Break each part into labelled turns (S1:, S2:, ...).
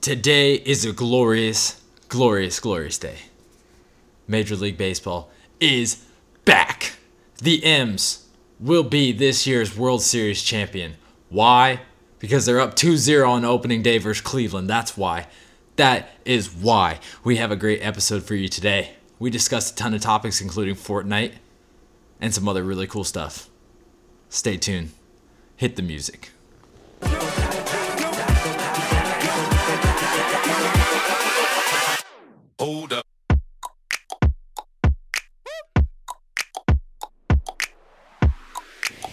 S1: Today is a glorious, glorious, glorious day. Major League Baseball is back. The M's will be this year's World Series champion. Why? Because they're up 2 0 on opening day versus Cleveland. That's why. That is why. We have a great episode for you today. We discussed a ton of topics, including Fortnite and some other really cool stuff. Stay tuned. Hit the music.
S2: Hold up.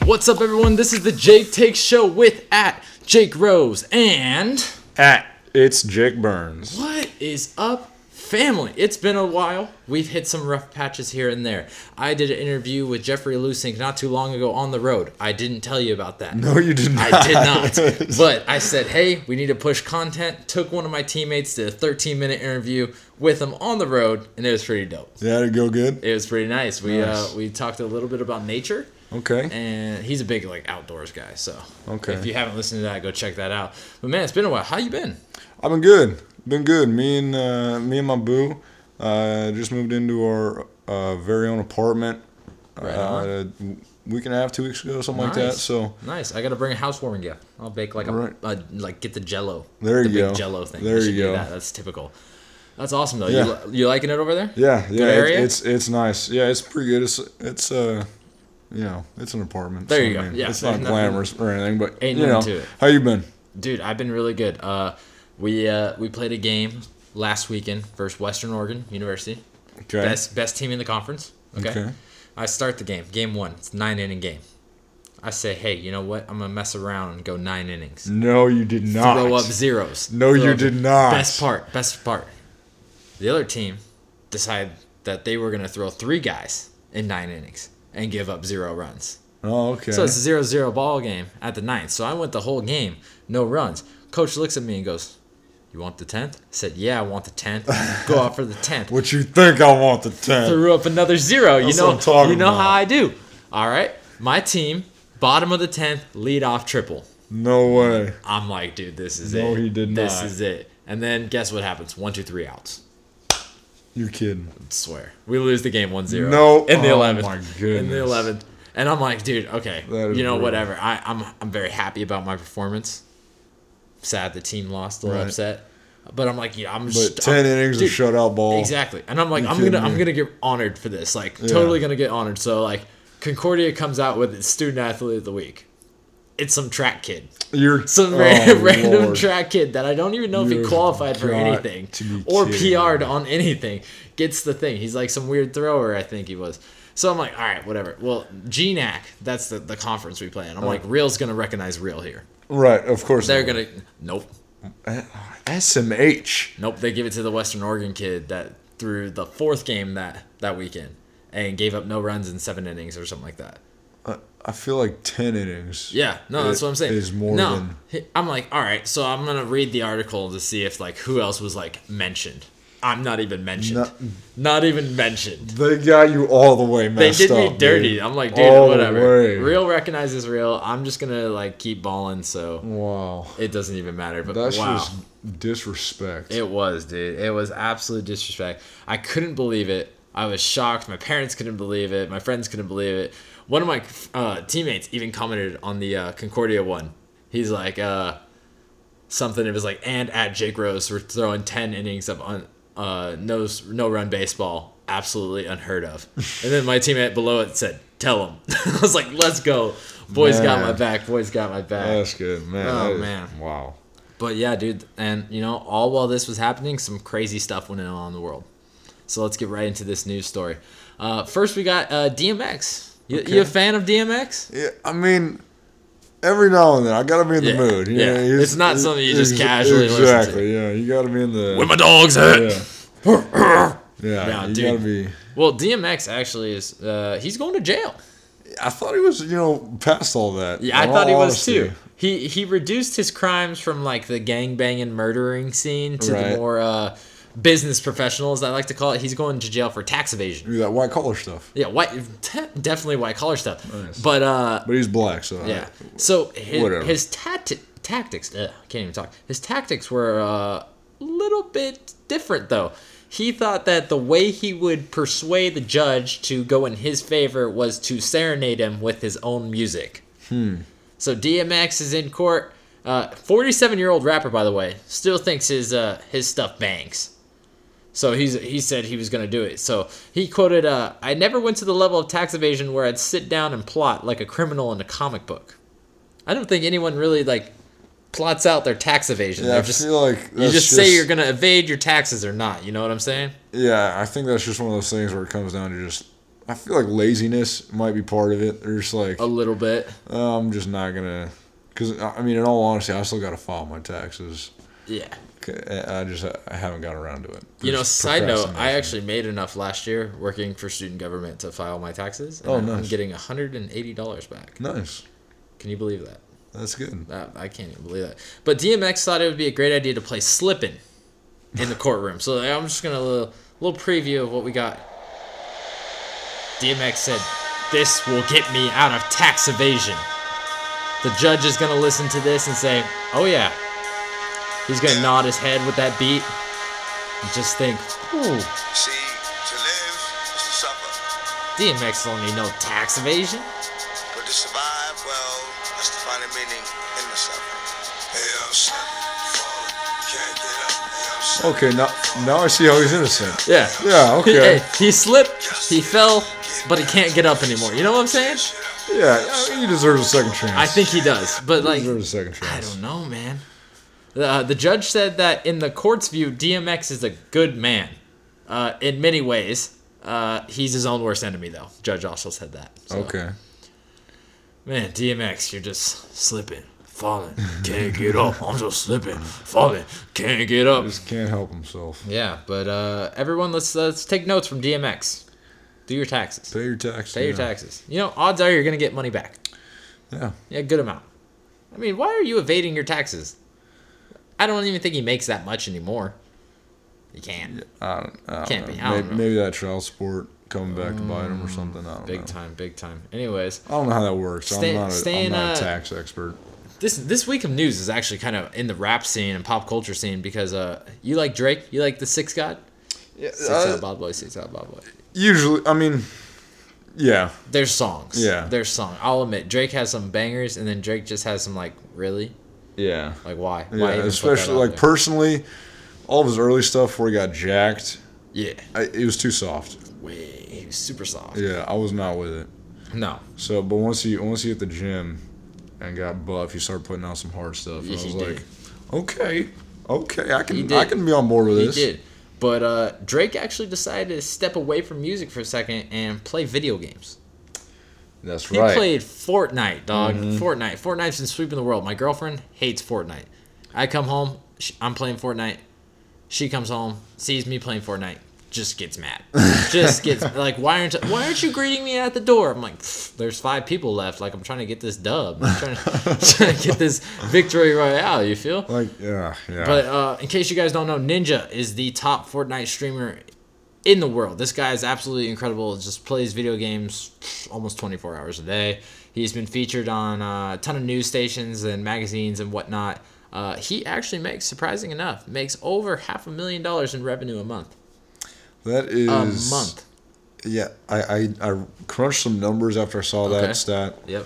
S1: What's up, everyone? This is the Jake Takes Show with at Jake Rose and.
S3: At it's Jake Burns.
S1: What is up, family? It's been a while. We've hit some rough patches here and there. I did an interview with Jeffrey Lusink not too long ago on the road. I didn't tell you about that.
S3: No, you did not.
S1: I did not. but I said, hey, we need to push content. Took one of my teammates to a 13 minute interview with him on the road, and it was pretty dope.
S3: That would go good.
S1: It was pretty nice. We
S3: Nice.
S1: uh, we talked a little bit about nature.
S3: Okay.
S1: And he's a big like outdoors guy, so
S3: Okay.
S1: If you haven't listened to that, go check that out. But man, it's been a while. How you been?
S3: I've been good. Been good. Me and uh, me and my boo uh, just moved into our uh, very own apartment.
S1: Right on.
S3: Uh, a week and a half, two weeks ago, something like that.
S1: Nice.
S3: So
S1: Nice. I gotta bring a housewarming gift. I'll bake like a,
S3: Right.
S1: uh, like get the Jello.
S3: There
S1: the
S3: you
S1: big
S3: go.
S1: Jello thing. I
S3: There
S1: should
S3: you
S1: do
S3: go.
S1: That. That's typical. That's awesome though.
S3: Yeah.
S1: You, li- you liking it over there?
S3: yeah, yeah, it-
S1: area?
S3: it's it's nice. Yeah, it's pretty good. It's it's uh, you know, it's an apartment.
S1: There
S3: so,
S1: you go.
S3: I mean,
S1: Yeah,
S3: it's
S1: there's
S3: not
S1: nothing-
S3: glamorous or anything, but
S1: Ain't
S3: you know,
S1: nothing to it.
S3: how you been?
S1: Dude, I've been really good. Uh, we uh, we played a game last weekend versus Western Oregon University.
S3: Okay.
S1: Best best team in the conference. Okay.
S3: Okay.
S1: I start the game. Game one. It's nine inning game. I say, hey, you know what? I'm gonna mess around and go nine innings.
S3: No, you did not.
S1: Throw up zeros.
S3: No,
S1: Throw
S3: you
S1: up-
S3: did not.
S1: Best part. Best part. The other team decided that they were gonna throw three guys in nine innings and give up zero runs.
S3: Oh, okay.
S1: So it's a zero zero ball game at the ninth. So I went the whole game, no runs. Coach looks at me and goes, You want the tenth? I said, Yeah, I want the tenth. Go out for the tenth.
S3: What you think I want the ten?
S1: Threw up another zero. You
S3: That's
S1: know
S3: what I'm talking
S1: you know
S3: about.
S1: how I do. All right. My team, bottom of the tenth, lead off triple.
S3: No way.
S1: I'm like, dude, this is it.
S3: No, he did
S1: This
S3: not.
S1: is it. And then guess what happens? One, two, three outs.
S3: You kidding?
S1: swear. We lose the game 1 0.
S3: No.
S1: In the
S3: Oh
S1: 11th.
S3: my
S1: In the
S3: goodness.
S1: 11th. And I'm like, dude, okay.
S3: That is
S1: You know,
S3: brutal.
S1: whatever. I, I'm, I'm very happy about my performance. Sad the team lost, a little
S3: Right.
S1: upset. But I'm like, yeah, I'm just.
S3: But ten
S1: I'm-
S3: innings
S1: dude,
S3: of shutout ball.
S1: Exactly. And I'm like, I'm
S3: kidding
S1: gonna I'm
S3: me?
S1: gonna get honored for this. Like totally gonna get honored. So like Concordia comes out with its student athlete of the week. It's some track kid.
S3: You're
S1: Some
S3: oh,
S1: ra- random
S3: Lord.
S1: track kid that I don't even know if he
S3: You've
S1: qualified for
S3: got
S1: anything
S3: to be
S1: or
S3: kidding me.
S1: PR'd on anything. Gets the thing. He's like some weird thrower, I think he was. So I'm like, all right, whatever. Well, GNAC, that's the, the conference we play in. I'm
S3: Oh.
S1: like, Real's going to recognize Real here.
S3: Right, of course.
S1: They're going to. Nope.
S3: SMH.
S1: Nope. They give it to the Western Oregon kid that threw the fourth game that, that weekend and gave up no runs in seven innings or something like that.
S3: I feel like ten innings.
S1: Yeah, no, that's
S3: i-
S1: what I'm saying.
S3: Is more
S1: no,
S3: than
S1: he- I'm like, all right, so I'm gonna read the article to see if like who else was like mentioned. I'm not even mentioned.
S3: Not-
S1: not even mentioned.
S3: they got you all the way
S1: They
S3: messed
S1: did
S3: up.
S1: me dirty.
S3: dude.
S1: I'm like, dude,
S3: All the way.
S1: whatever. Real recognizes real. I'm just gonna like keep balling, so
S3: Wow,
S1: it doesn't even matter. But
S3: that's
S1: wow,
S3: just disrespect.
S1: it was, dude. It was absolute disrespect. I couldn't believe it. I was shocked. My parents couldn't believe it. My friends couldn't believe it. One of my uh, teammates even commented on the uh, Concordia one. He's like, uh, something. It was like, and at Jake Rose, we're throwing 10 innings of un, uh, no, no run baseball. Absolutely unheard of. and then my teammate below it said, tell him. I was like, let's go. Boys got my
S3: Man.
S1: back. Boys got my back.
S3: that's good, man.
S1: Oh,
S3: that is-
S1: man.
S3: wow.
S1: But yeah, dude, and you know, all while this was happening, some crazy stuff went on in the world. So let's get right into this news story. Uh, first, we got uh, DMX. You, you a fan of DMX?
S3: Yeah, I mean, every now and then I gotta be in the
S1: Yeah,
S3: mood. you
S1: yeah.
S3: know, he's-
S1: It's not something you just
S3: ex-
S1: casually listen to.
S3: Exactly. Yeah, you gotta be in the.
S1: my dogs
S3: yeah. yeah,
S1: Nah,
S3: you
S1: dude.
S3: gotta be.
S1: Well, DMX actually is. Uh, he's going to jail.
S3: I thought he was, you know, past all that.
S1: Yeah, I
S3: in
S1: thought he
S3: all
S1: was
S3: honesty.
S1: too. He he reduced his crimes from like the gangbanging murdering scene to the
S3: Right.
S1: more uh, business professionals I like to call it. He's going to jail for tax evasion.
S3: Do that white collar stuff.
S1: Yeah, white, te- definitely white collar stuff.
S3: Nice.
S1: But uh,
S3: But he's black, so I-
S1: Yeah. So his,
S3: Whatever.
S1: his tacti- tactics, ugh, I can't even talk. His tactics were uh, little bit different though. He thought that the way he would persuade the judge to go in his favor was to serenade him with his own music. So DMX is in court. Uh, 47-year-old rapper, by the way, still thinks his uh, his stuff bangs. So he's he said he was gonna do it. So he quoted, uh, "I never went to the level of tax evasion where I'd sit down and plot like a criminal in a comic book. I don't think anyone really like plots out their tax evasion.
S3: Yeah,
S1: They're
S3: I
S1: just
S3: feel like
S1: you
S3: that's
S1: just say you're gonna evade your taxes or not. You know what I'm saying?
S3: Yeah, I think that's just one of those things where it comes down to just. I feel like laziness might be part of it. They're just like,
S1: A little bit.
S3: "Oh, I'm just not gonna, because I I mean, in all honesty, I still gotta file my taxes.
S1: Yeah.
S3: C- I I just I haven't got around to it.
S1: You know,
S3: Just
S1: side note, I
S3: procrastination.
S1: actually made enough last year working for student government to file my taxes. And
S3: Oh,
S1: I'm
S3: nice.
S1: getting $180 back.
S3: nice.
S1: Can you believe that?
S3: That's good.
S1: that? Uh, I can't even believe that. But DMX thought it would be a great idea to play Slippin' in the courtroom. so I'm just going to little, little preview of what we got. DMX said, This will get me out of tax evasion. The judge is going to listen to this and say, Oh, yeah. He's going to nod his head with that beat and just think, Ooh.
S2: See, to live is to suffer,
S1: DMX don't need no tax evasion.
S2: but to survive, well, that's to find a meaning in the suffering. Hey, I'm stuck, falling, can't get up. Hey, I'm stuck,
S3: Okay, now now I see how he's innocent.
S1: Yeah.
S3: Yeah, okay.
S1: Hey, he slipped, he fell, but he can't get up anymore. You know what I'm
S2: Oh.
S1: saying?
S3: Yeah, I mean, he deserves a second chance.
S1: I think he does, but
S3: he
S1: like,
S3: deserves a second
S1: I
S3: chance.
S1: don't know, man. Uh, the judge said that in the court's view, DMX is a good man, uh, in many ways. Uh, he's his own worst enemy, though. Judge also said that. So,
S3: Okay.
S1: Man, DMX, you're just slipping, falling, can't get up. I'm just slipping, falling, can't get up.
S3: Just can't help himself.
S1: Yeah, but uh, everyone, let's let's take notes from DMX. Do your taxes. Pay
S3: Pay your taxes.
S1: your
S3: yeah.
S1: taxes. You know, odds are you're gonna get money back.
S3: Yeah.
S1: Yeah, good amount. I mean, why are you evading your taxes? I don't even think he makes that much anymore. He can.
S3: I don't, I don't
S1: Can't
S3: know.
S1: be. I don't
S3: maybe,
S1: know. Mm,
S3: maybe that child support coming back to bite him or something. I don't
S1: Big
S3: know.
S1: time, big time. Anyways,
S3: I don't know how that works.
S1: Stay-
S3: I'm not, a,
S1: staying,
S3: am not
S1: uh,
S3: a tax expert.
S1: this this week of news is actually kind of in the rap scene and pop culture scene because uh, you like Drake, you like the Six God, Six
S3: uh,
S1: Out Bob Boy, Six Out Bob Boy.
S3: usually, I mean, yeah,
S1: There's songs.
S3: Yeah.
S1: There's song. I'll admit, Drake has some bangers, and then Drake just has some like really,
S3: yeah,
S1: like why, why
S3: yeah.
S1: even put that
S3: Especially
S1: out
S3: like
S1: there?
S3: personally, all of his early stuff where he got jacked,
S1: yeah,
S3: I, it was too soft.
S1: way he was super soft.
S3: Yeah, I was not with it.
S1: No,
S3: So, but once he once he hit the gym and got buff, he started putting out some hard stuff. And
S1: Yeah,
S3: I
S1: he
S3: was
S1: did.
S3: like, okay, okay, I
S1: He
S3: can
S1: did.
S3: I can be on board with
S1: he
S3: this.
S1: did. But uh, Drake actually decided to step away from music for a second and play video games.
S3: That's
S1: He
S3: right. Mm-hmm.
S1: played Fortnite, dog. Fortnite. Fortnite's been sweeping the world. My girlfriend hates Fortnite. I come home, sh I'm playing Fortnite. She comes home, sees me playing Fortnite, just gets mad. just gets like, why aren't why aren't you greeting me at the door? I'm like, "Pfft, there's five people left. Like I'm trying to get this dub. I'm trying to, trying to get this victory royale. You feel?
S3: like, yeah, yeah.
S1: But uh, in case you guys don't know, Ninja is the top Fortnite streamer in the world. This guy is absolutely incredible. Just plays video games almost 24 hours a day. He's been featured on uh, a ton of news stations and magazines and whatnot. Uh, he actually makes, surprising enough, makes over half a million dollars in revenue a month.
S3: that is
S1: A month.
S3: Yeah, I, I I crunched some numbers after I saw
S1: Okay.
S3: that stat,
S1: Yep.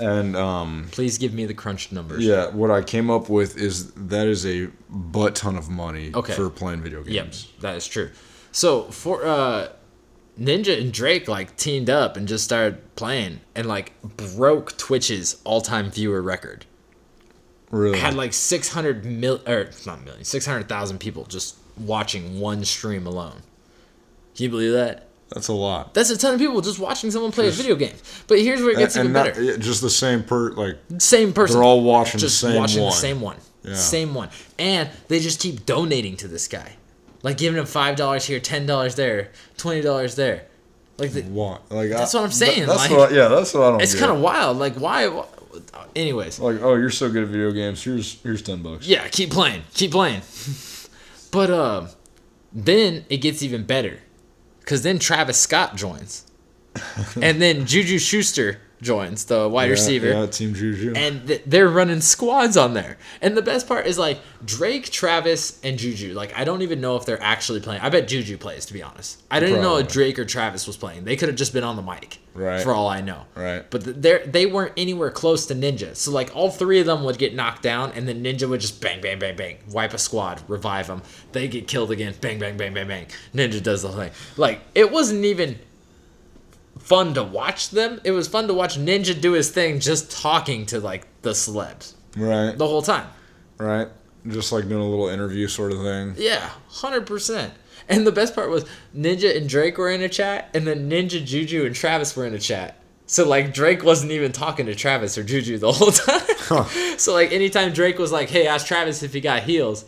S3: and um,
S1: Please give me the crunched numbers.
S3: Yeah, what I came up with is that is a butt ton of money
S1: Okay.
S3: for playing video
S1: Yep,
S3: games.
S1: that is true. So for uh, Ninja and Drake like teamed up and just started playing and like broke Twitch's all-time viewer record.
S3: Really?
S1: Had like 600 mil or not million, 600,000 people just watching one stream alone. Can you believe that?
S3: That's a lot.
S1: That's a ton of people just watching someone play a video game. But here's where it gets
S3: and
S1: even
S3: not-
S1: better.
S3: yeah, just the same per like
S1: Same person.
S3: They're all watching the
S1: just
S3: same
S1: watching
S3: one.
S1: the same one.
S3: Yeah.
S1: Same one. And they just keep donating to this guy. Like giving him five dollars here, ten dollars there, twenty dollars there. Like the,
S3: one. Like
S1: That's
S3: I-
S1: what I'm saying, like-
S3: That's what I- yeah, that's what I don't.
S1: it's
S3: get.
S1: kind of wild. Like why? why anyways,
S3: like oh, you're so good at video games. Here's here's ten bucks.
S1: yeah, keep playing, keep playing. but um, then it gets even better, cause then Travis Scott joins, and then Juju Schuster joins the wide
S3: Yeah,
S1: receiver.
S3: Yeah, Team Juju.
S1: and th- they're running squads on there. And the best part is like Drake, Travis, and Juju. Like I don't even know if they're actually playing. I bet Juju plays to be honest. I didn't know
S3: Probably.
S1: if Drake or Travis was playing. They could have just been on the mic,
S3: Right.
S1: For all Oh, I know,
S3: Right.
S1: But th- they they weren't anywhere close to Ninja. So like all three of them would get knocked down, and then Ninja would just bang, bang, bang, bang, wipe a squad, revive them. They get killed again, bang, bang, bang, bang, bang. Ninja does the whole thing. Like it wasn't even fun to watch them. It was fun to watch Ninja do his thing, just talking to like the celebs
S3: right.
S1: the whole time.
S3: Right. Just like doing a little interview sort of thing.
S1: Yeah, hundred percent. And the best part was Ninja and Drake were in a chat, and then Ninja, Juju, and Travis were in a chat. So like Drake wasn't even talking to Travis or Juju the whole time. So like anytime Drake was like, "Hey, ask Travis if he got heels,"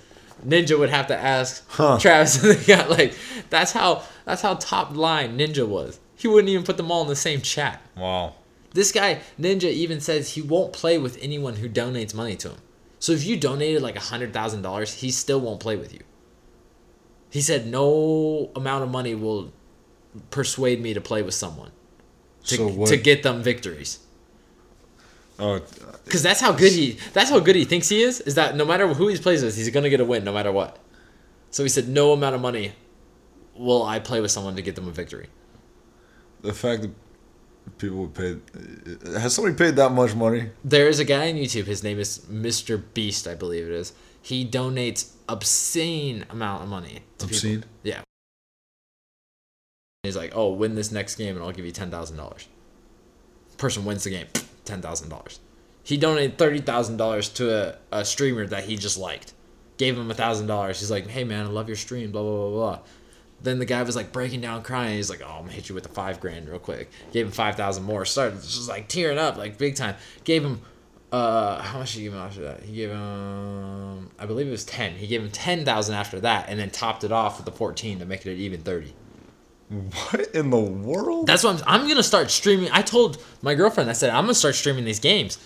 S1: Ninja would have to ask
S3: Huh.
S1: Travis if they got like. That's how that's how top line Ninja was. He wouldn't even put them all in the same chat.
S3: Wow.
S1: This guy Ninja even says he won't play with anyone who donates money to him. So if you donated like hundred thousand dollars, he still won't play with you. He said no amount of money will persuade me to play with someone to,
S3: So what-
S1: to get them victories.
S3: Oh,
S1: Because that's how good he that's how good he thinks he is. Is that no matter who he plays with, he's gonna get a win no matter what. So he said no amount of money will I play with someone to get them a victory.
S3: the fact that people would pay. Has somebody paid that much money?
S1: There is a guy on YouTube. His name is Mr. Beast, I believe it is. He donates obscene amount of money. To people.
S3: Obscene?
S1: Yeah. He's like, oh, win this next game and I'll give you ten thousand dollars. Person wins the game, ten thousand dollars. He donated thirty thousand dollars to a, a streamer that he just liked. Gave him thousand dollars. He's like, hey man, I love your stream. Blah blah blah blah. Then the guy was like breaking down, crying. He's like, "Oh, I'm gonna hit you with the five grand real quick." Gave him five thousand more. Started just like tearing up, like big time. Gave him, uh, how much did he give him after that? He gave him, I believe it was ten. He gave him ten thousand after that, and then topped it off with the fourteen to make it even thirty.
S3: What in the world?
S1: That's what I'm, I'm gonna start streaming. I told my girlfriend, I said I'm gonna start streaming these games,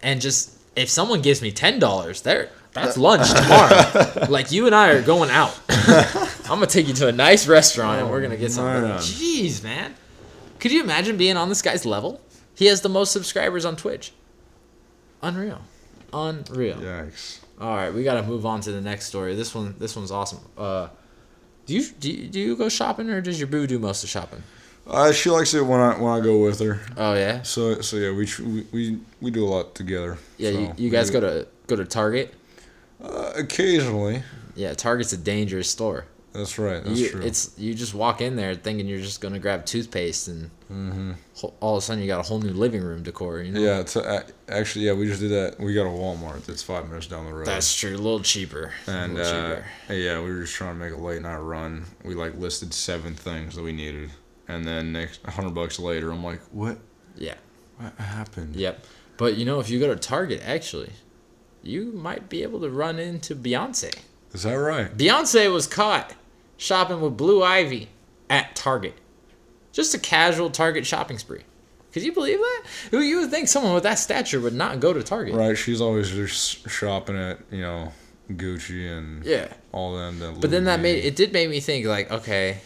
S1: and just if someone gives me ten dollars, there, that's lunch tomorrow. like you and I are going out. I'm gonna take you to a nice restaurant, and we're gonna get something.
S3: man.
S1: Jeez, man, could you imagine being on this guy's level? He has the most subscribers on Twitch. Unreal, unreal.
S3: Yikes.
S1: All right, we gotta move on to the next story. This one, this one's awesome. Uh, do you do you, do you go shopping, or does your boo do most of shopping?
S3: Uh, she likes it when I when I go with her.
S1: Oh yeah.
S3: So so yeah, we tr- we we, we do a lot together.
S1: Yeah,
S3: so
S1: you, you guys go
S3: we-
S1: to go to Target.
S3: uh, occasionally.
S1: Yeah, Target's a dangerous store.
S3: That's right. That's
S1: you,
S3: true.
S1: It's you just walk in there thinking you're just gonna grab toothpaste and ho- all of a sudden you got a whole new living room decor. You know?
S3: Mm-hmm. yeah. It's, uh, actually, yeah, we just did that. We got a Walmart that's five minutes down the road.
S1: that's true. A little cheaper.
S3: And
S1: a little
S3: uh, yeah, we were just trying to make a late night run. We like listed seven things that we needed, and then next a hundred bucks later, I'm like, what?
S1: yeah,
S3: What happened?
S1: yep. But you know, if you go to Target, actually, you might be able to run into Beyonce.
S3: Is that right?
S1: Beyonce was caught shopping with Blue Ivy at Target. Just a casual Target shopping spree. Could you believe that? Who you would think someone with that stature would not go to Target?
S3: Right. She's always just shopping at you know Gucci and
S1: Yeah.
S3: all them. That
S1: But then that
S3: Louis V.
S1: made it did make me think like, okay,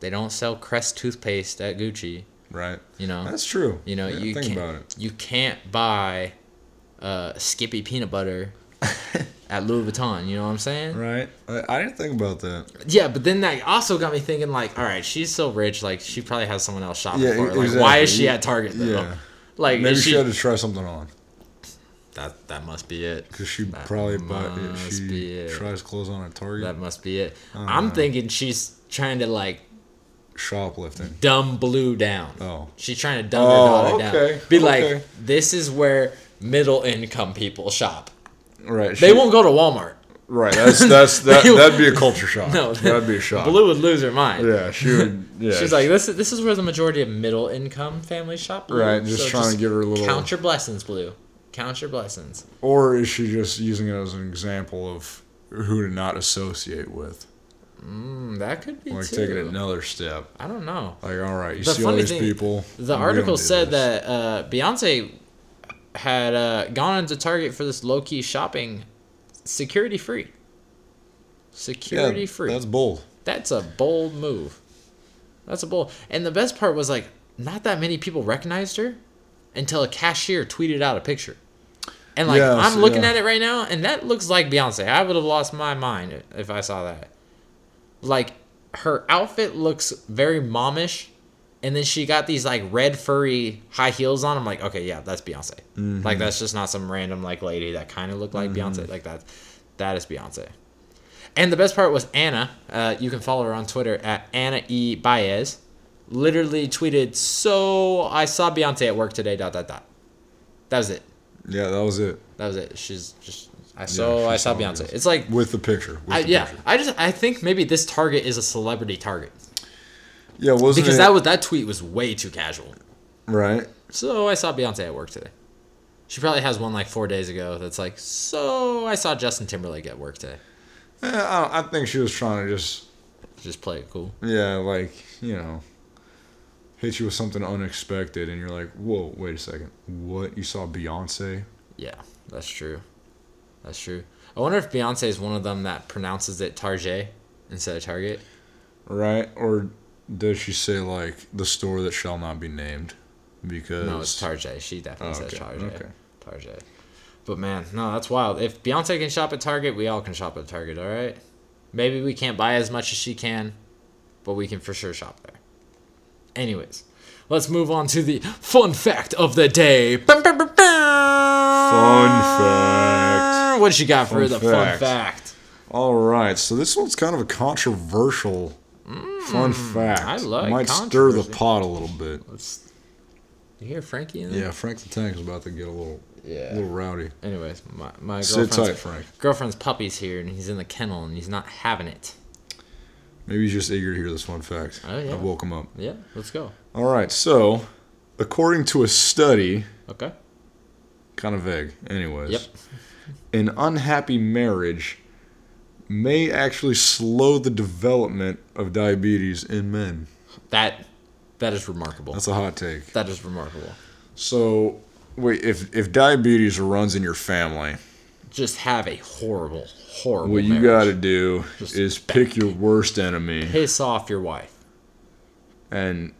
S1: they don't sell Crest toothpaste at Gucci,
S3: right.
S1: you know.
S3: That's true.
S1: you know,
S3: Yeah,
S1: you
S3: think
S1: can't
S3: about it.
S1: you can't buy uh, Skippy peanut butter at Louis Vuitton, you know what I'm saying?
S3: Right. I, I didn't think about that.
S1: Yeah, but then that also got me thinking, like, all right, she's so rich, like, she probably has someone else shopping
S3: Yeah,
S1: for her. Like,
S3: exactly.
S1: why is she at Target though?
S3: Yeah.
S1: Like,
S3: Maybe
S1: is
S3: she,
S1: she,
S3: had to try something on
S1: that that must be it.
S3: because she
S1: That
S3: probably bought it.
S1: must
S3: She
S1: be it.
S3: tries clothes on at Target.
S1: That must be it. I'm thinking she's trying to like
S3: Shoplifting.
S1: dumb blue down.
S3: Oh.
S1: She's trying to dumb
S3: Oh,
S1: her daughter
S3: okay,
S1: down. Be
S3: okay.
S1: like, this is where middle income people shop.
S3: Right.
S1: They
S3: she-
S1: won't go to Walmart.
S3: Right. That's that's that.
S1: They-
S3: that'd be a culture shock.
S1: No,
S3: that'd be a shock.
S1: Blue would lose her mind.
S3: Yeah, she would. Yeah,
S1: She's like, this is, this is where the majority of middle income families shop. Blue.
S3: Right, just trying to give her a little-
S1: Count your blessings, Blue. Count your blessings.
S3: or is she just using it as an example of who to not associate with?
S1: Mm, that could be
S3: Like
S1: too.
S3: taking another step.
S1: I don't know.
S3: Like, all right, you
S1: The
S3: see all
S1: funny
S3: these
S1: thing-
S3: people. we
S1: The
S3: don't
S1: article
S3: do
S1: said
S3: this.
S1: that uh, Beyonce had uh, gone into Target for this low key shopping, security free. Security free.
S3: That's bold.
S1: That's a bold move. That's a bold. And the best part was like, not that many people recognized her. until a cashier tweeted out a picture. And like
S3: Yes,
S1: I'm looking
S3: yeah.
S1: at it right now, and that looks like Beyonce. I would have lost my mind if I saw that. Like her outfit looks very momish, and then she got these like red furry high heels on. I'm like, okay, yeah, that's Beyonce.
S3: Mm-hmm.
S1: Like that's just not some random like lady that kind of looked like Beyonce. Like that, that is Beyonce. And the best part was Anna. Uh, you can follow her on Twitter at Anna E Baez. Literally tweeted, "So I saw Beyonce at work today." Dot dot dot. That was it.
S3: Yeah, that was it.
S1: That was it. She's just I saw
S3: she
S1: I saw
S3: saw
S1: Beyonce.
S3: Beyonce.
S1: It's like
S3: With the picture. With
S1: I,
S3: the
S1: yeah.
S3: Picture.
S1: I just I think maybe this target is a celebrity target
S3: Yeah, wasn't
S1: because
S3: it?
S1: that was that tweet was way too casual.
S3: right.
S1: So I saw Beyonce at work today. She probably has one like four days ago that's like, so I saw Justin Timberlake at work today.
S3: Eh, I, don't- I think she was trying to just,
S1: Just play it cool.
S3: yeah, like, you know, hit you with something unexpected, and you're like, whoa, wait a second. What? You saw Beyonce?
S1: Yeah, that's true. That's true. I wonder if Beyonce is one of them that pronounces it Target instead of Target.
S3: Right? Or does she say, like, the store that shall not be named? Because.
S1: No, it's Target. She definitely
S3: Oh,
S1: says
S3: okay,
S1: Target.
S3: okay.
S1: Target. But man, no, that's wild. If Beyonce can shop at Target, we all can shop at Target, all right? Maybe we can't buy as much as she can, but we can for sure shop there. Anyways, let's move on to the fun fact of the day. Bum, bum, bum, bum.
S3: Fun fact.
S1: What you got for
S3: Fun
S1: the fun
S3: fact.
S1: fact?
S3: All right, so this one's kind of a controversial fun fact.
S1: Mm, I like
S3: Might stir the
S1: controversy.
S3: pot a little bit.
S1: You hear Frankie in there?
S3: Yeah, Frank the Tank is about to get a little,
S1: Yeah.
S3: little rowdy.
S1: Anyways, my, my
S3: Sit
S1: girlfriend's,
S3: tight, Frank.
S1: girlfriend's puppy's here and he's in the kennel and he's not having it.
S3: Maybe he's just eager to hear this fun fact.
S1: Oh, yeah.
S3: I woke him up.
S1: Yeah, let's go.
S3: All right, so according to a study,
S1: Okay.
S3: kind of vague, anyways.
S1: Yep.
S3: An unhappy marriage may actually slow the development of diabetes in men.
S1: That that is remarkable.
S3: That's a hot take.
S1: That is remarkable.
S3: So, wait, if if diabetes runs in your family,
S1: Just have a horrible, horrible.
S3: What you got
S1: marriage.
S3: to do
S1: Just
S3: is pick your worst enemy
S1: piss off your wife,
S3: and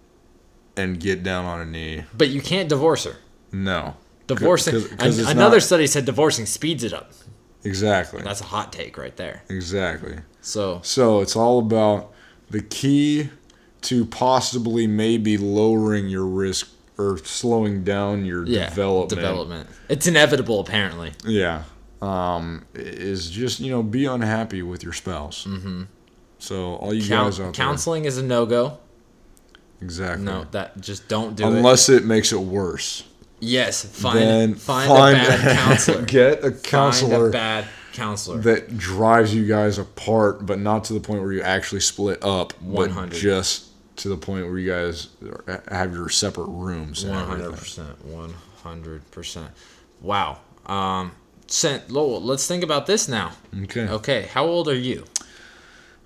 S3: and get down on a knee.
S1: but you can't divorce her.
S3: No,
S1: Divorcing
S3: 'Cause- 'cause
S1: an-
S3: it's
S1: another
S3: not-
S1: study said divorcing speeds it up.
S3: exactly,
S1: That's a hot take right there.
S3: exactly.
S1: So
S3: So it's all about the key to possibly maybe lowering your risk or slowing down your
S1: yeah,
S3: development.
S1: development. It's inevitable apparently.
S3: Yeah, um, is just you know be unhappy with your spouse. Mm-hmm. So all you
S1: Coun-
S3: guys out
S1: counseling is a no go.
S3: there, exactly.
S1: No, that just don't do it.
S3: Unless it makes it worse.
S1: Yes, find
S3: then
S1: find,
S3: find,
S1: a bad counselor.
S3: Get a
S1: Find a
S3: counselor
S1: bad counselor.
S3: that drives you guys apart, but not to the point where you actually split up,
S1: 100.
S3: but just to the point where you guys are- have your separate rooms. and
S1: One hundred
S3: everything.
S1: percent. One hundred percent. Wow. Um. Sent Lowell. Let's think about this now.
S3: Okay.
S1: Okay. How old are you?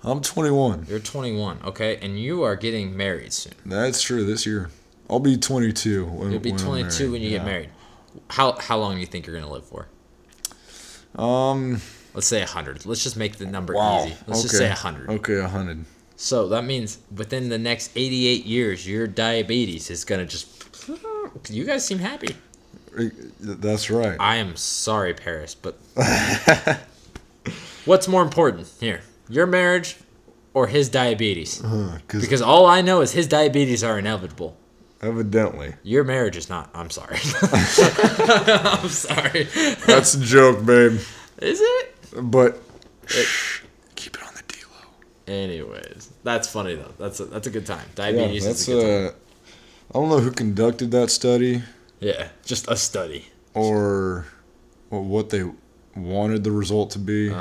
S3: I'm 21.
S1: You're 21. Okay, and you are getting married soon.
S3: That's true. This year, I'll be 22. When,
S1: You'll be
S3: when I'm
S1: 22 when you get
S3: Yeah.
S1: married. How how long do you think you're gonna live for?
S3: Um.
S1: Let's say 100. Let's just make the number
S3: Wow.
S1: easy. Let's
S3: okay.
S1: just say 100.
S3: Okay, 100.
S1: So that means within the next 88 years, your diabetes is gonna just. You guys seem happy.
S3: Eh, That's right.
S1: I am sorry, Paris, but what's more important here? Your marriage or his diabetes?
S3: Uh-huh. Because
S1: Because all I know is his diabetes are inevitable.
S3: evidently,
S1: Your marriage is not. I'm sorry. I'm sorry.
S3: that's a joke, babe.
S1: Is it?
S3: But shh, keep it on the D low.
S1: Anyways, that's funny though. That's a, that's a good time. Diabetes
S3: that's
S1: is a good time.
S3: uh, I don't know who conducted that study
S1: Yeah, just a study.
S3: or, or what they wanted the result to be.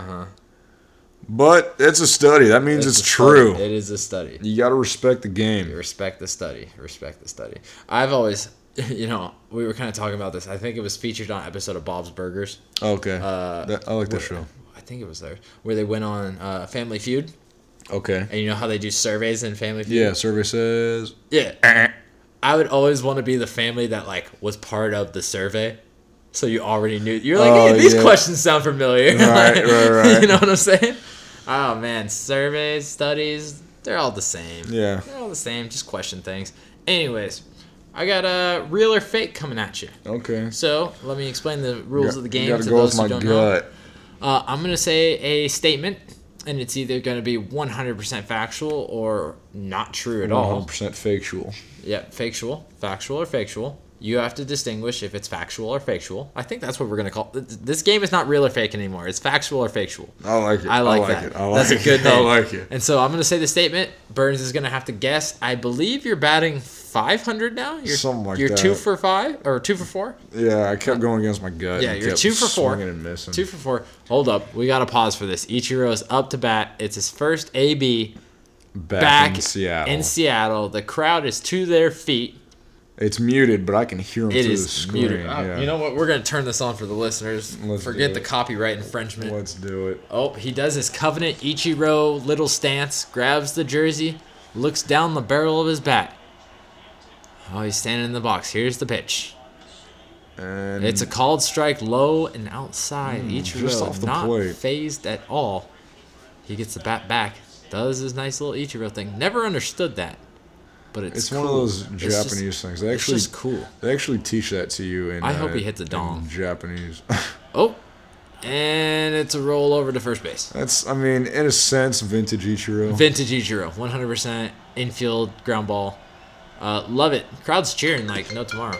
S3: But it's a study. That means it's,
S1: Uh-huh. a
S3: true.
S1: study. It is a study.
S3: you got to respect the
S1: You
S3: game.
S1: respect the study respect the study i've always you know we were kind of talking about this i think it was featured on an episode of bob's burgers
S3: Okay. Uh, That- I like that show.
S1: i think it was there where they went on uh, family feud
S3: Okay.
S1: and you know how they do surveys in family
S3: Yeah,
S1: feud
S3: survey says.
S1: yeah yeah i would always want to be the family that like was part of the survey so you already knew you're like
S3: Oh,
S1: hey these
S3: yeah.
S1: questions sound familiar
S3: Right,
S1: Like,
S3: right, right.
S1: you know what i'm saying oh man surveys studies they're all the same
S3: Yeah.
S1: They're all the same, just question things. Anyways, I got a real or fake coming at you.
S3: Okay.
S1: So let me explain the rules of the game
S3: gotta
S1: to
S3: go
S1: those
S3: with
S1: who
S3: my
S1: don't know.
S3: gut.
S1: Uh, I'm gonna say a statement, and it's either gonna be 100% factual or not true at all.
S3: 100% factual.
S1: Yeah, factual, factual, or factual. You have to distinguish if it's factual or factual. I think that's what we're gonna call. th- th- This game is not real or fake anymore. It's factual or factual.
S3: I like it.
S1: I like, that.
S3: it. I like
S1: that's
S3: it.
S1: a good name.
S3: I like it.
S1: And so I'm gonna say the statement. Burns is gonna have to guess. I believe you're batting 500 now. You're,
S3: Something like
S1: You're two
S3: that.
S1: for five or two for four.
S3: Yeah, I kept going against my gut.
S1: Yeah,
S3: and
S1: you're
S3: kept
S1: two for four.
S3: swinging and missing.
S1: Two for four. Hold up, we gotta pause for this. Ichiro is up to bat. It's his first AB
S3: back,
S1: back
S3: in Seattle.
S1: in Seattle. The crowd is to their feet.
S3: it's muted, but I can hear him
S1: It
S3: through
S1: is
S3: the screen.
S1: muted. Uh,
S3: Yeah.
S1: You know what? We're gonna turn this on for the listeners.
S3: Let's
S1: Forget
S3: do
S1: the
S3: it.
S1: copyright infringement.
S3: Let's do it.
S1: Oh, he does his covenant Ichiro little stance, grabs the jersey, looks down the barrel of his bat. Oh, he's standing in the box. Here's the pitch.
S3: And
S1: It's a called strike low and outside. Ichiro
S3: Hmm, just off the
S1: not
S3: plate.
S1: phased at all. He gets the bat back. Does his nice little Ichiro thing. Never understood that. But it's
S3: It's
S1: cool.
S3: one of those
S1: It's just-
S3: Japanese things. They
S1: it's
S3: actually
S1: just cool.
S3: They actually teach that to you in.
S1: I hope
S3: uh,
S1: he hits a
S3: in
S1: dong.
S3: Japanese.
S1: Oh, and it's a roll over to first base.
S3: That's I mean, in a sense, vintage Ichiro.
S1: Vintage Ichiro, 100% infield ground ball. Uh, love it. Crowd's cheering like no tomorrow.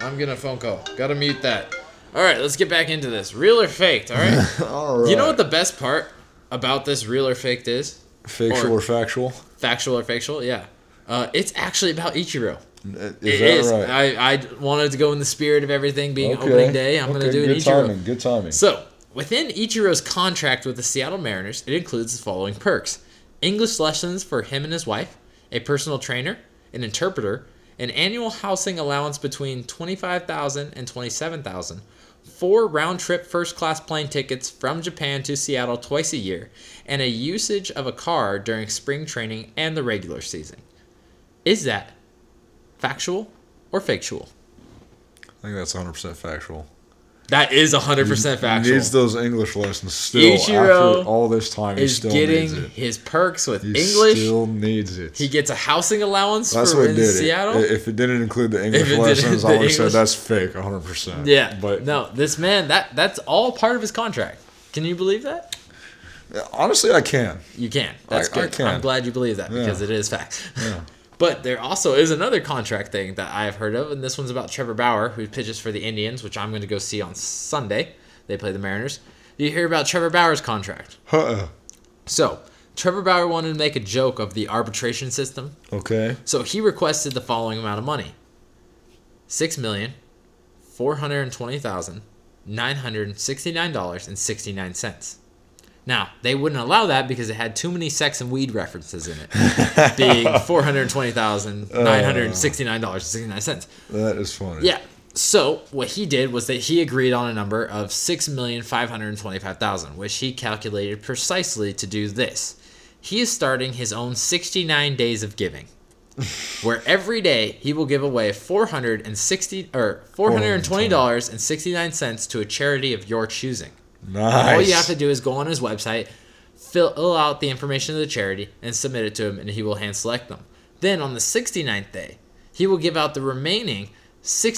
S1: I'm gonna phone call. Gotta mute that. All right, let's get back into this. Real or faked? All right.
S3: All right.
S1: You know what the best part about this real or faked is?
S3: factual
S1: or-
S3: or, factual?
S1: Factual or factual? Yeah. Uh, it's actually about Ichiro.
S3: Is
S1: It
S3: that
S1: is.
S3: right?
S1: I, I wanted to go in the spirit of everything being opening day. I'm gonna
S3: Okay,
S1: do an
S3: good
S1: Ichiro.
S3: timing. Good timing.
S1: So, within Ichiro's contract with the Seattle Mariners, it includes the following perks English lessons for him and his wife, a personal trainer, an interpreter, an annual housing allowance between $25,000 and $27,000, four round trip first class plane tickets from Japan to Seattle twice a year, and a usage of a car during spring training and the regular season. Is that factual or factual?
S3: I think that's 100 percent factual.
S1: That is 100% factual.
S3: Needs those English lessons still.
S1: Ichiro
S3: after all this time, he
S1: is
S3: still
S1: getting
S3: needs it.
S1: his perks with
S3: He
S1: English.
S3: still needs it.
S1: he gets a housing allowance
S3: that's
S1: for
S3: what
S1: in
S3: did it.
S1: Seattle.
S3: I- If it didn't include the English
S1: didn't-
S3: lessons,
S1: the
S3: I would have said
S1: English-
S3: that's fake, 100. percent
S1: yeah,
S3: but
S1: no, this man that that's all part of his contract. Can you believe that?
S3: honestly, I can.
S1: You can. That's
S3: I- I
S1: good.
S3: can.
S1: I'm glad you believe that because
S3: Yeah.
S1: it is fact. but there also is another contract thing that I've heard of, and this one's about Trevor Bauer, who pitches for the Indians, which I'm going to go see on Sunday. They play the Mariners. You hear about Trevor Bauer's contract?
S3: Huh.
S1: So Trevor Bauer wanted to make a joke of the arbitration system
S3: Okay.
S1: So he requested the following amount of money: six million, four hundred twenty thousand, nine hundred sixty-nine dollars and sixty-nine cents. Now they wouldn't allow that because it had too many sex and weed references in it, being four hundred twenty thousand nine hundred sixty-nine dollars and sixty-nine cents.
S3: That is funny.
S1: Yeah. So what he did was that he agreed on a number of six million five hundred twenty-five thousand, which he calculated precisely to do this. He is starting his own sixty-nine days of giving, where every day he will give away four hundred and sixty or four hundred and twenty dollars and sixty-nine cents to a charity of your choosing.
S3: Nice.
S1: All you have to do is go on his website, fill out the information of the charity, and submit it to him, and he will hand select them. Then on the 69th day, he will give out the remaining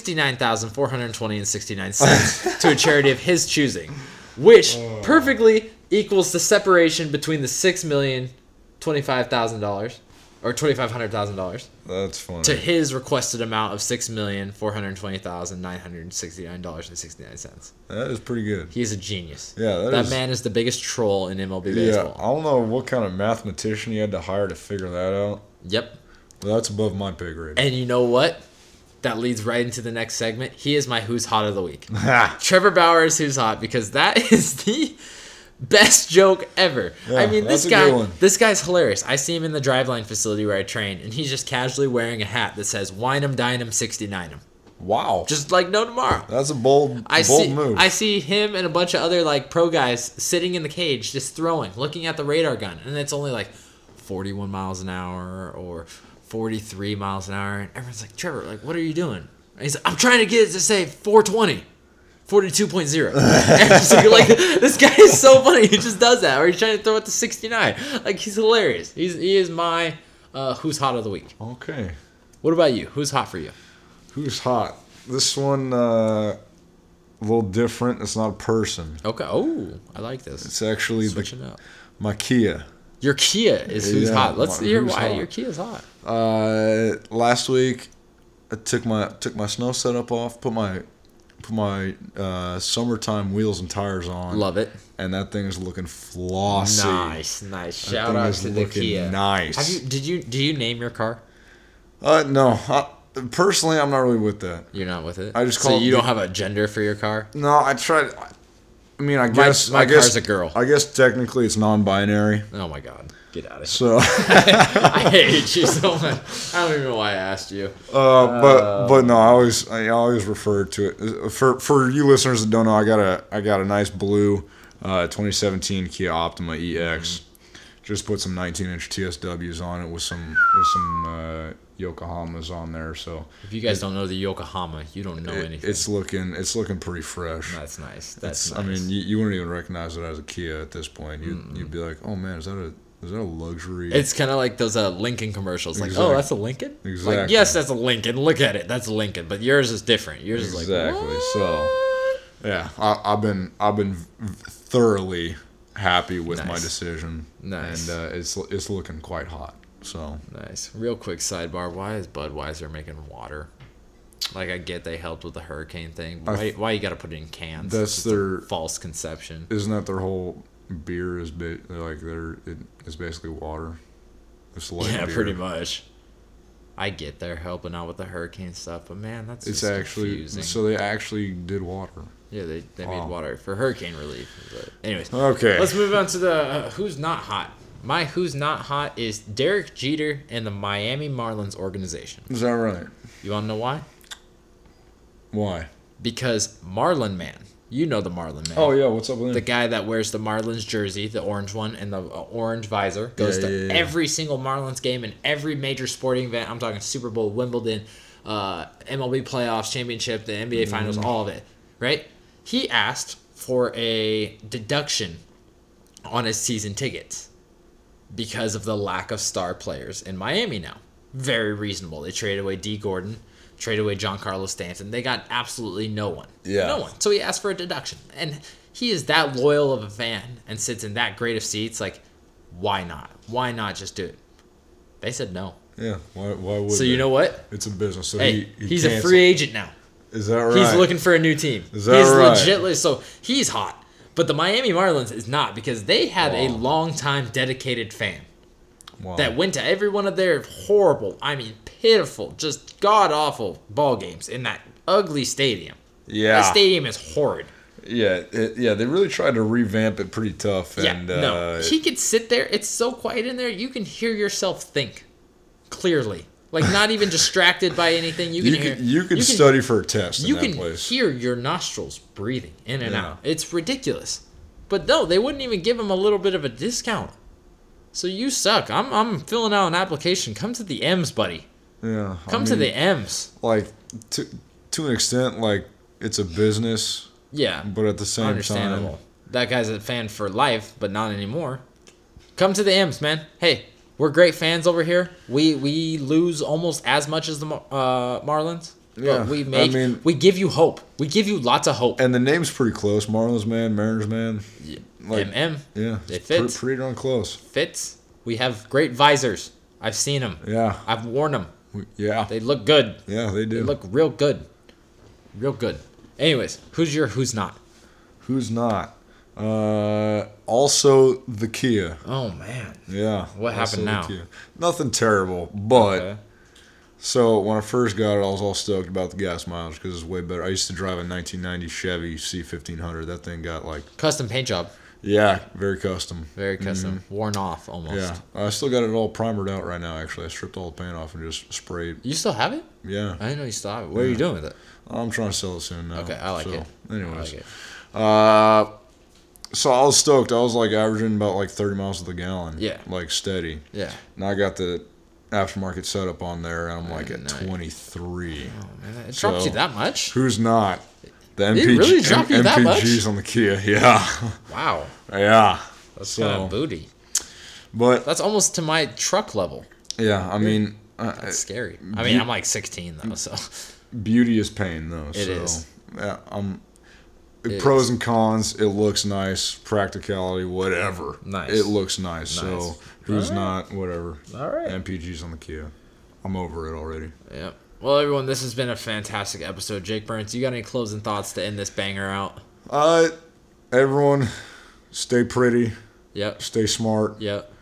S1: 69,420 and 69 cents to a charity of his choosing, which perfectly equals the separation between the six million twenty-five thousand dollars or twenty-five hundred thousand dollars
S3: That's funny.
S1: to his requested amount of six million four hundred twenty thousand nine hundred sixty-nine dollars and sixty-nine cents.
S3: That is pretty good.
S1: He is a genius.
S3: Yeah, that
S1: that
S3: is-
S1: man is the biggest troll in MLB
S3: Yeah,
S1: baseball.
S3: I don't know what kind of mathematician you had to hire to figure that out.
S1: Yep.
S3: But that's above my pay grade.
S1: And you know what? That leads right into the next segment. He is my Who's Hot of the Week.
S3: Ha!
S1: Trevor Bauer is Who's Hot because that is the best joke ever. I
S3: Yeah,
S1: mean, this
S3: that's a good
S1: guy,
S3: one.
S1: this guy's hilarious. I see him in the driveline facility where I train, and he's just casually wearing a hat that says "Wine 'em, dine 'em, 69 'em,"
S3: wow,
S1: just like no tomorrow.
S3: that's a bold,
S1: I
S3: bold
S1: see,
S3: move.
S1: I see him and a bunch of other like pro guys sitting in the cage, just throwing, looking at the radar gun, and it's only like 41 miles an hour or 43 miles an hour, and everyone's like, Trevor, like, what are you doing? And he's like, I'm trying to get it to say 420. 42.0. And so you're like, this guy is so funny. He just does that. Or he's trying to throw it to 69. Like, he's hilarious. He's, he is my uh, Who's Hot of the Week.
S3: okay,
S1: What about you? Who's hot for you?
S3: Who's hot? This one uh, a little different. It's not a person.
S1: Okay. Oh, I like this.
S3: It's actually
S1: Switching
S3: the
S1: up.
S3: my Kia.
S1: Your Kia is who's
S3: Yeah,
S1: hot. Let's
S3: my-
S1: hear
S3: who's
S1: why
S3: hot.
S1: your Kia's hot.
S3: Uh, last week, I took my took my snow setup off, put my put my uh, summertime wheels and tires on,
S1: Love it.
S3: and that thing is looking flossy.
S1: Nice, nice. Shout
S3: thing
S1: out
S3: is
S1: to the
S3: looking
S1: Kia.
S3: nice.
S1: Have you? Did you? Do you name your car?
S3: Uh, no, I, personally, I'm not really with that.
S1: You're not with it.
S3: I just
S1: so
S3: call it
S1: you
S3: the-
S1: don't have a gender for your car.
S3: No, I tried. I mean, I guess
S1: my
S3: I guess
S1: car's a girl.
S3: I guess technically it's non-binary.
S1: Oh my god, get out of here!
S3: So,
S1: I hate you so much. I don't even know why I asked you.
S3: uh, but but no, I always I always refer to it. Uh, For for you listeners that don't know, I got a I got a nice blue uh, 2017 Kia Optima EX.
S1: Mm-hmm.
S3: Just put some 19 inch TSWs on it with some with some uh, Yokohamas on there, so
S1: If you guys don't know the Yokohama, you don't know
S3: it-
S1: anything.
S3: it's looking it's looking pretty fresh.
S1: That's nice. That's
S3: It's-
S1: nice.
S3: I mean, you, you wouldn't even recognize it as a Kia at this point. You'd, you'd be like, oh man, is that a is that a luxury?
S1: it's kind of like those uh, Lincoln commercials. Like, oh,
S3: Exact-
S1: that's a Lincoln. Like,
S3: Exactly.
S1: yes, that's a Lincoln. Look at it. That's a Lincoln. But yours is different. Yours is like
S3: exactly. so yeah, I, I've been I've been v- thoroughly happy with my
S1: Nice.
S3: decision.
S1: Nice.
S3: And uh, it's it's looking quite hot. So
S1: Nice. Real quick sidebar: Why is Budweiser making water? Like I get they helped with the hurricane thing. But why? why you got to put it in cans?
S3: that's
S1: It's a
S3: their
S1: false conception.
S3: isn't that their whole beer is ba- like their it is basically water. It's like
S1: yeah,
S3: beer.
S1: pretty much. I get they're helping out with the hurricane stuff, but man, that's
S3: It's
S1: just
S3: actually
S1: confusing.
S3: so they actually did water.
S1: yeah. They, they
S3: Wow.
S1: made water for hurricane relief. But anyways,
S3: Okay.
S1: let's move on to the uh, who's not hot. My who's not hot is Derek Jeter and the Miami Marlins organization.
S3: Is that right?
S1: You want to know why?
S3: Why?
S1: Because Marlin Man, you know the Marlin Man.
S3: Oh yeah, what's up with
S1: the
S3: that?
S1: guy that wears the Marlins jersey, the orange one, and the uh, orange visor goes
S3: Yeah,
S1: to
S3: yeah, yeah.
S1: every single Marlins game and every major sporting event. I'm talking Super Bowl, Wimbledon, uh, MLB playoffs, championship, the
S3: Mm-hmm.
S1: NBA finals, all of it. Right? He asked for a deduction on his season tickets because of the lack of star players in Miami now. Very reasonable. They traded away D. Gordon, traded away John Carlos Stanton. They got absolutely no one.
S3: Yeah.
S1: No one. So he asked for a deduction. And he is that loyal of a fan and sits in that great of seats. Like, why not? Why not just do it? They said no.
S3: Yeah. Why? Why would?
S1: So you
S3: they?
S1: know what?
S3: it's a business. So
S1: Hey,
S3: he, he
S1: he's a
S3: canceled.
S1: free agent now.
S3: Is that right?
S1: He's looking for a new team.
S3: Is that
S1: he's
S3: right?
S1: legit li- so he's hot. But the Miami Marlins is not because they have a
S3: Wow.
S1: long time dedicated fan
S3: Wow.
S1: that went to every one of their horrible, I mean pitiful, just god awful ball games in that ugly stadium.
S3: yeah.
S1: That stadium is horrid.
S3: yeah. It, yeah. They really tried to revamp it pretty tough. And,
S1: yeah, no.
S3: Uh,
S1: He could sit there. It's so quiet in there. You can hear yourself think clearly, like not even distracted by anything. You can
S3: you
S1: hear.
S3: could you could study for a test in
S1: you
S3: that
S1: can
S3: place.
S1: hear your nostrils breathing in and
S3: Yeah.
S1: out. It's ridiculous. But no, they wouldn't even give him a little bit of a discount. So you suck. I'm I'm filling out an application. Come to the M's, buddy.
S3: yeah. I
S1: Come to
S3: mean,
S1: the M's.
S3: like to to an extent like it's a business,
S1: Yeah.
S3: but at the same time
S1: Understandable. That guy's a fan for life, but not anymore. Come to the M's, man. Hey, we're great fans over here. We we lose almost as much as the Mar- uh, Marlins.
S3: Yeah,
S1: But we
S3: I
S1: make
S3: mean-
S1: we give you hope. We give you lots of hope.
S3: and the name's pretty close. Marlins man, Mariners man. Yeah. Like
S1: MM
S3: yeah.
S1: It
S3: it's pre-
S1: fits.
S3: pretty darn close.
S1: fits. We have great visors. I've seen them.
S3: Yeah.
S1: I've worn them.
S3: We- yeah.
S1: They look good.
S3: yeah. They do.
S1: They look real good. Real good. Anyways, who's your who's not?
S3: Who's not? Uh, also the Kia.
S1: Oh man.
S3: Yeah.
S1: What happened
S3: also the
S1: now?
S3: Kia. Nothing terrible, but
S1: Okay.
S3: so when I first got it, I was all stoked about the gas mileage because it's way better. I used to drive a 1990 Chevy C1500. That thing got like
S1: Custom paint job.
S3: yeah, very custom.
S1: Very custom. Worn off almost.
S3: Mm-hmm. Yeah, I still got it all primered out right now. Actually, I stripped all the paint off and just sprayed.
S1: You still have it?
S3: Yeah,
S1: I didn't know you still have it. What are you doing with it?
S3: I'm trying to sell it soon now.
S1: Okay, I like
S3: so,
S1: it. I
S3: Anyways,
S1: like it.
S3: Uh, so I was stoked. I was like averaging about like 30 miles to the gallon.
S1: Yeah.
S3: Like steady.
S1: Yeah.
S3: And I got the aftermarket setup on there, and I'm like at
S1: Nice.
S3: 23.
S1: Oh, Man, it dropped
S3: So-
S1: you that much?
S3: Who's not? The MPG,
S1: it really drop you
S3: MPGs
S1: that much?
S3: on the Kia. Yeah.
S1: Wow.
S3: yeah.
S1: That's
S3: So-
S1: kind of booty.
S3: But
S1: That's almost to my truck level.
S3: yeah, I mean, uh,
S1: That's scary. I mean, I'm like 16 though, so
S3: beauty is pain though.
S1: It
S3: so,
S1: is.
S3: Yeah, um,
S1: It
S3: pros and cons. It looks nice. Practicality, whatever.
S1: Nice.
S3: It looks nice.
S1: Nice.
S3: So who's
S1: Alright.
S3: not? Whatever.
S1: All right.
S3: MPG's on the Kia. I'm over it already.
S1: Yeah. Well, everyone, this has been a fantastic episode. Jake Burns, you got any closing thoughts to end this banger out?
S3: Uh, everyone, stay pretty,
S1: Yep.
S3: stay smart,
S1: Yep.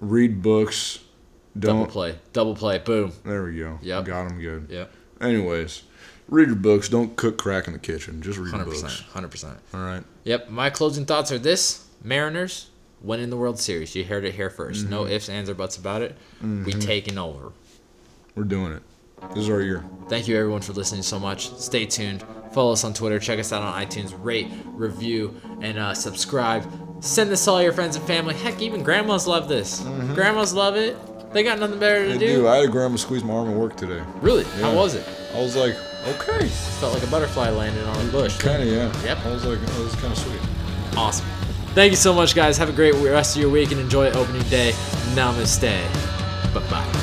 S3: read books.
S1: Double
S3: Don't.
S1: play. Double play. Boom.
S3: There we go.
S1: Yep.
S3: Got him good.
S1: Yep.
S3: Anyways, read your books. Don't cook crack in the kitchen. Just read your
S1: 100%.
S3: books.
S1: 100%.
S3: All right.
S1: Yep. My closing thoughts are this Mariners winning the World Series. You heard it here 1st
S3: Mm-hmm.
S1: No ifs, ands, or buts about it. We taking over.
S3: We're doing it. This is our year.
S1: Thank you everyone for listening so much. Stay tuned. Follow us on Twitter. Check us out on iTunes. Rate, review, and uh, subscribe. Send this to all your friends and family. Heck, even grandmas love this. Grandmas love it. They got nothing better to
S3: I
S1: do.
S3: Mm-hmm. do. I had a grandma squeeze my arm at work today.
S1: Really? How
S3: Yeah.
S1: was it?
S3: I was like, okay.
S1: Felt like a butterfly landed on a bush.
S3: Kind of, yeah.
S1: Yep.
S3: I was like, oh, this is kind of sweet.
S1: Awesome. Thank you so much, guys. Have a great rest of your week and enjoy opening day. Namaste. Bye bye.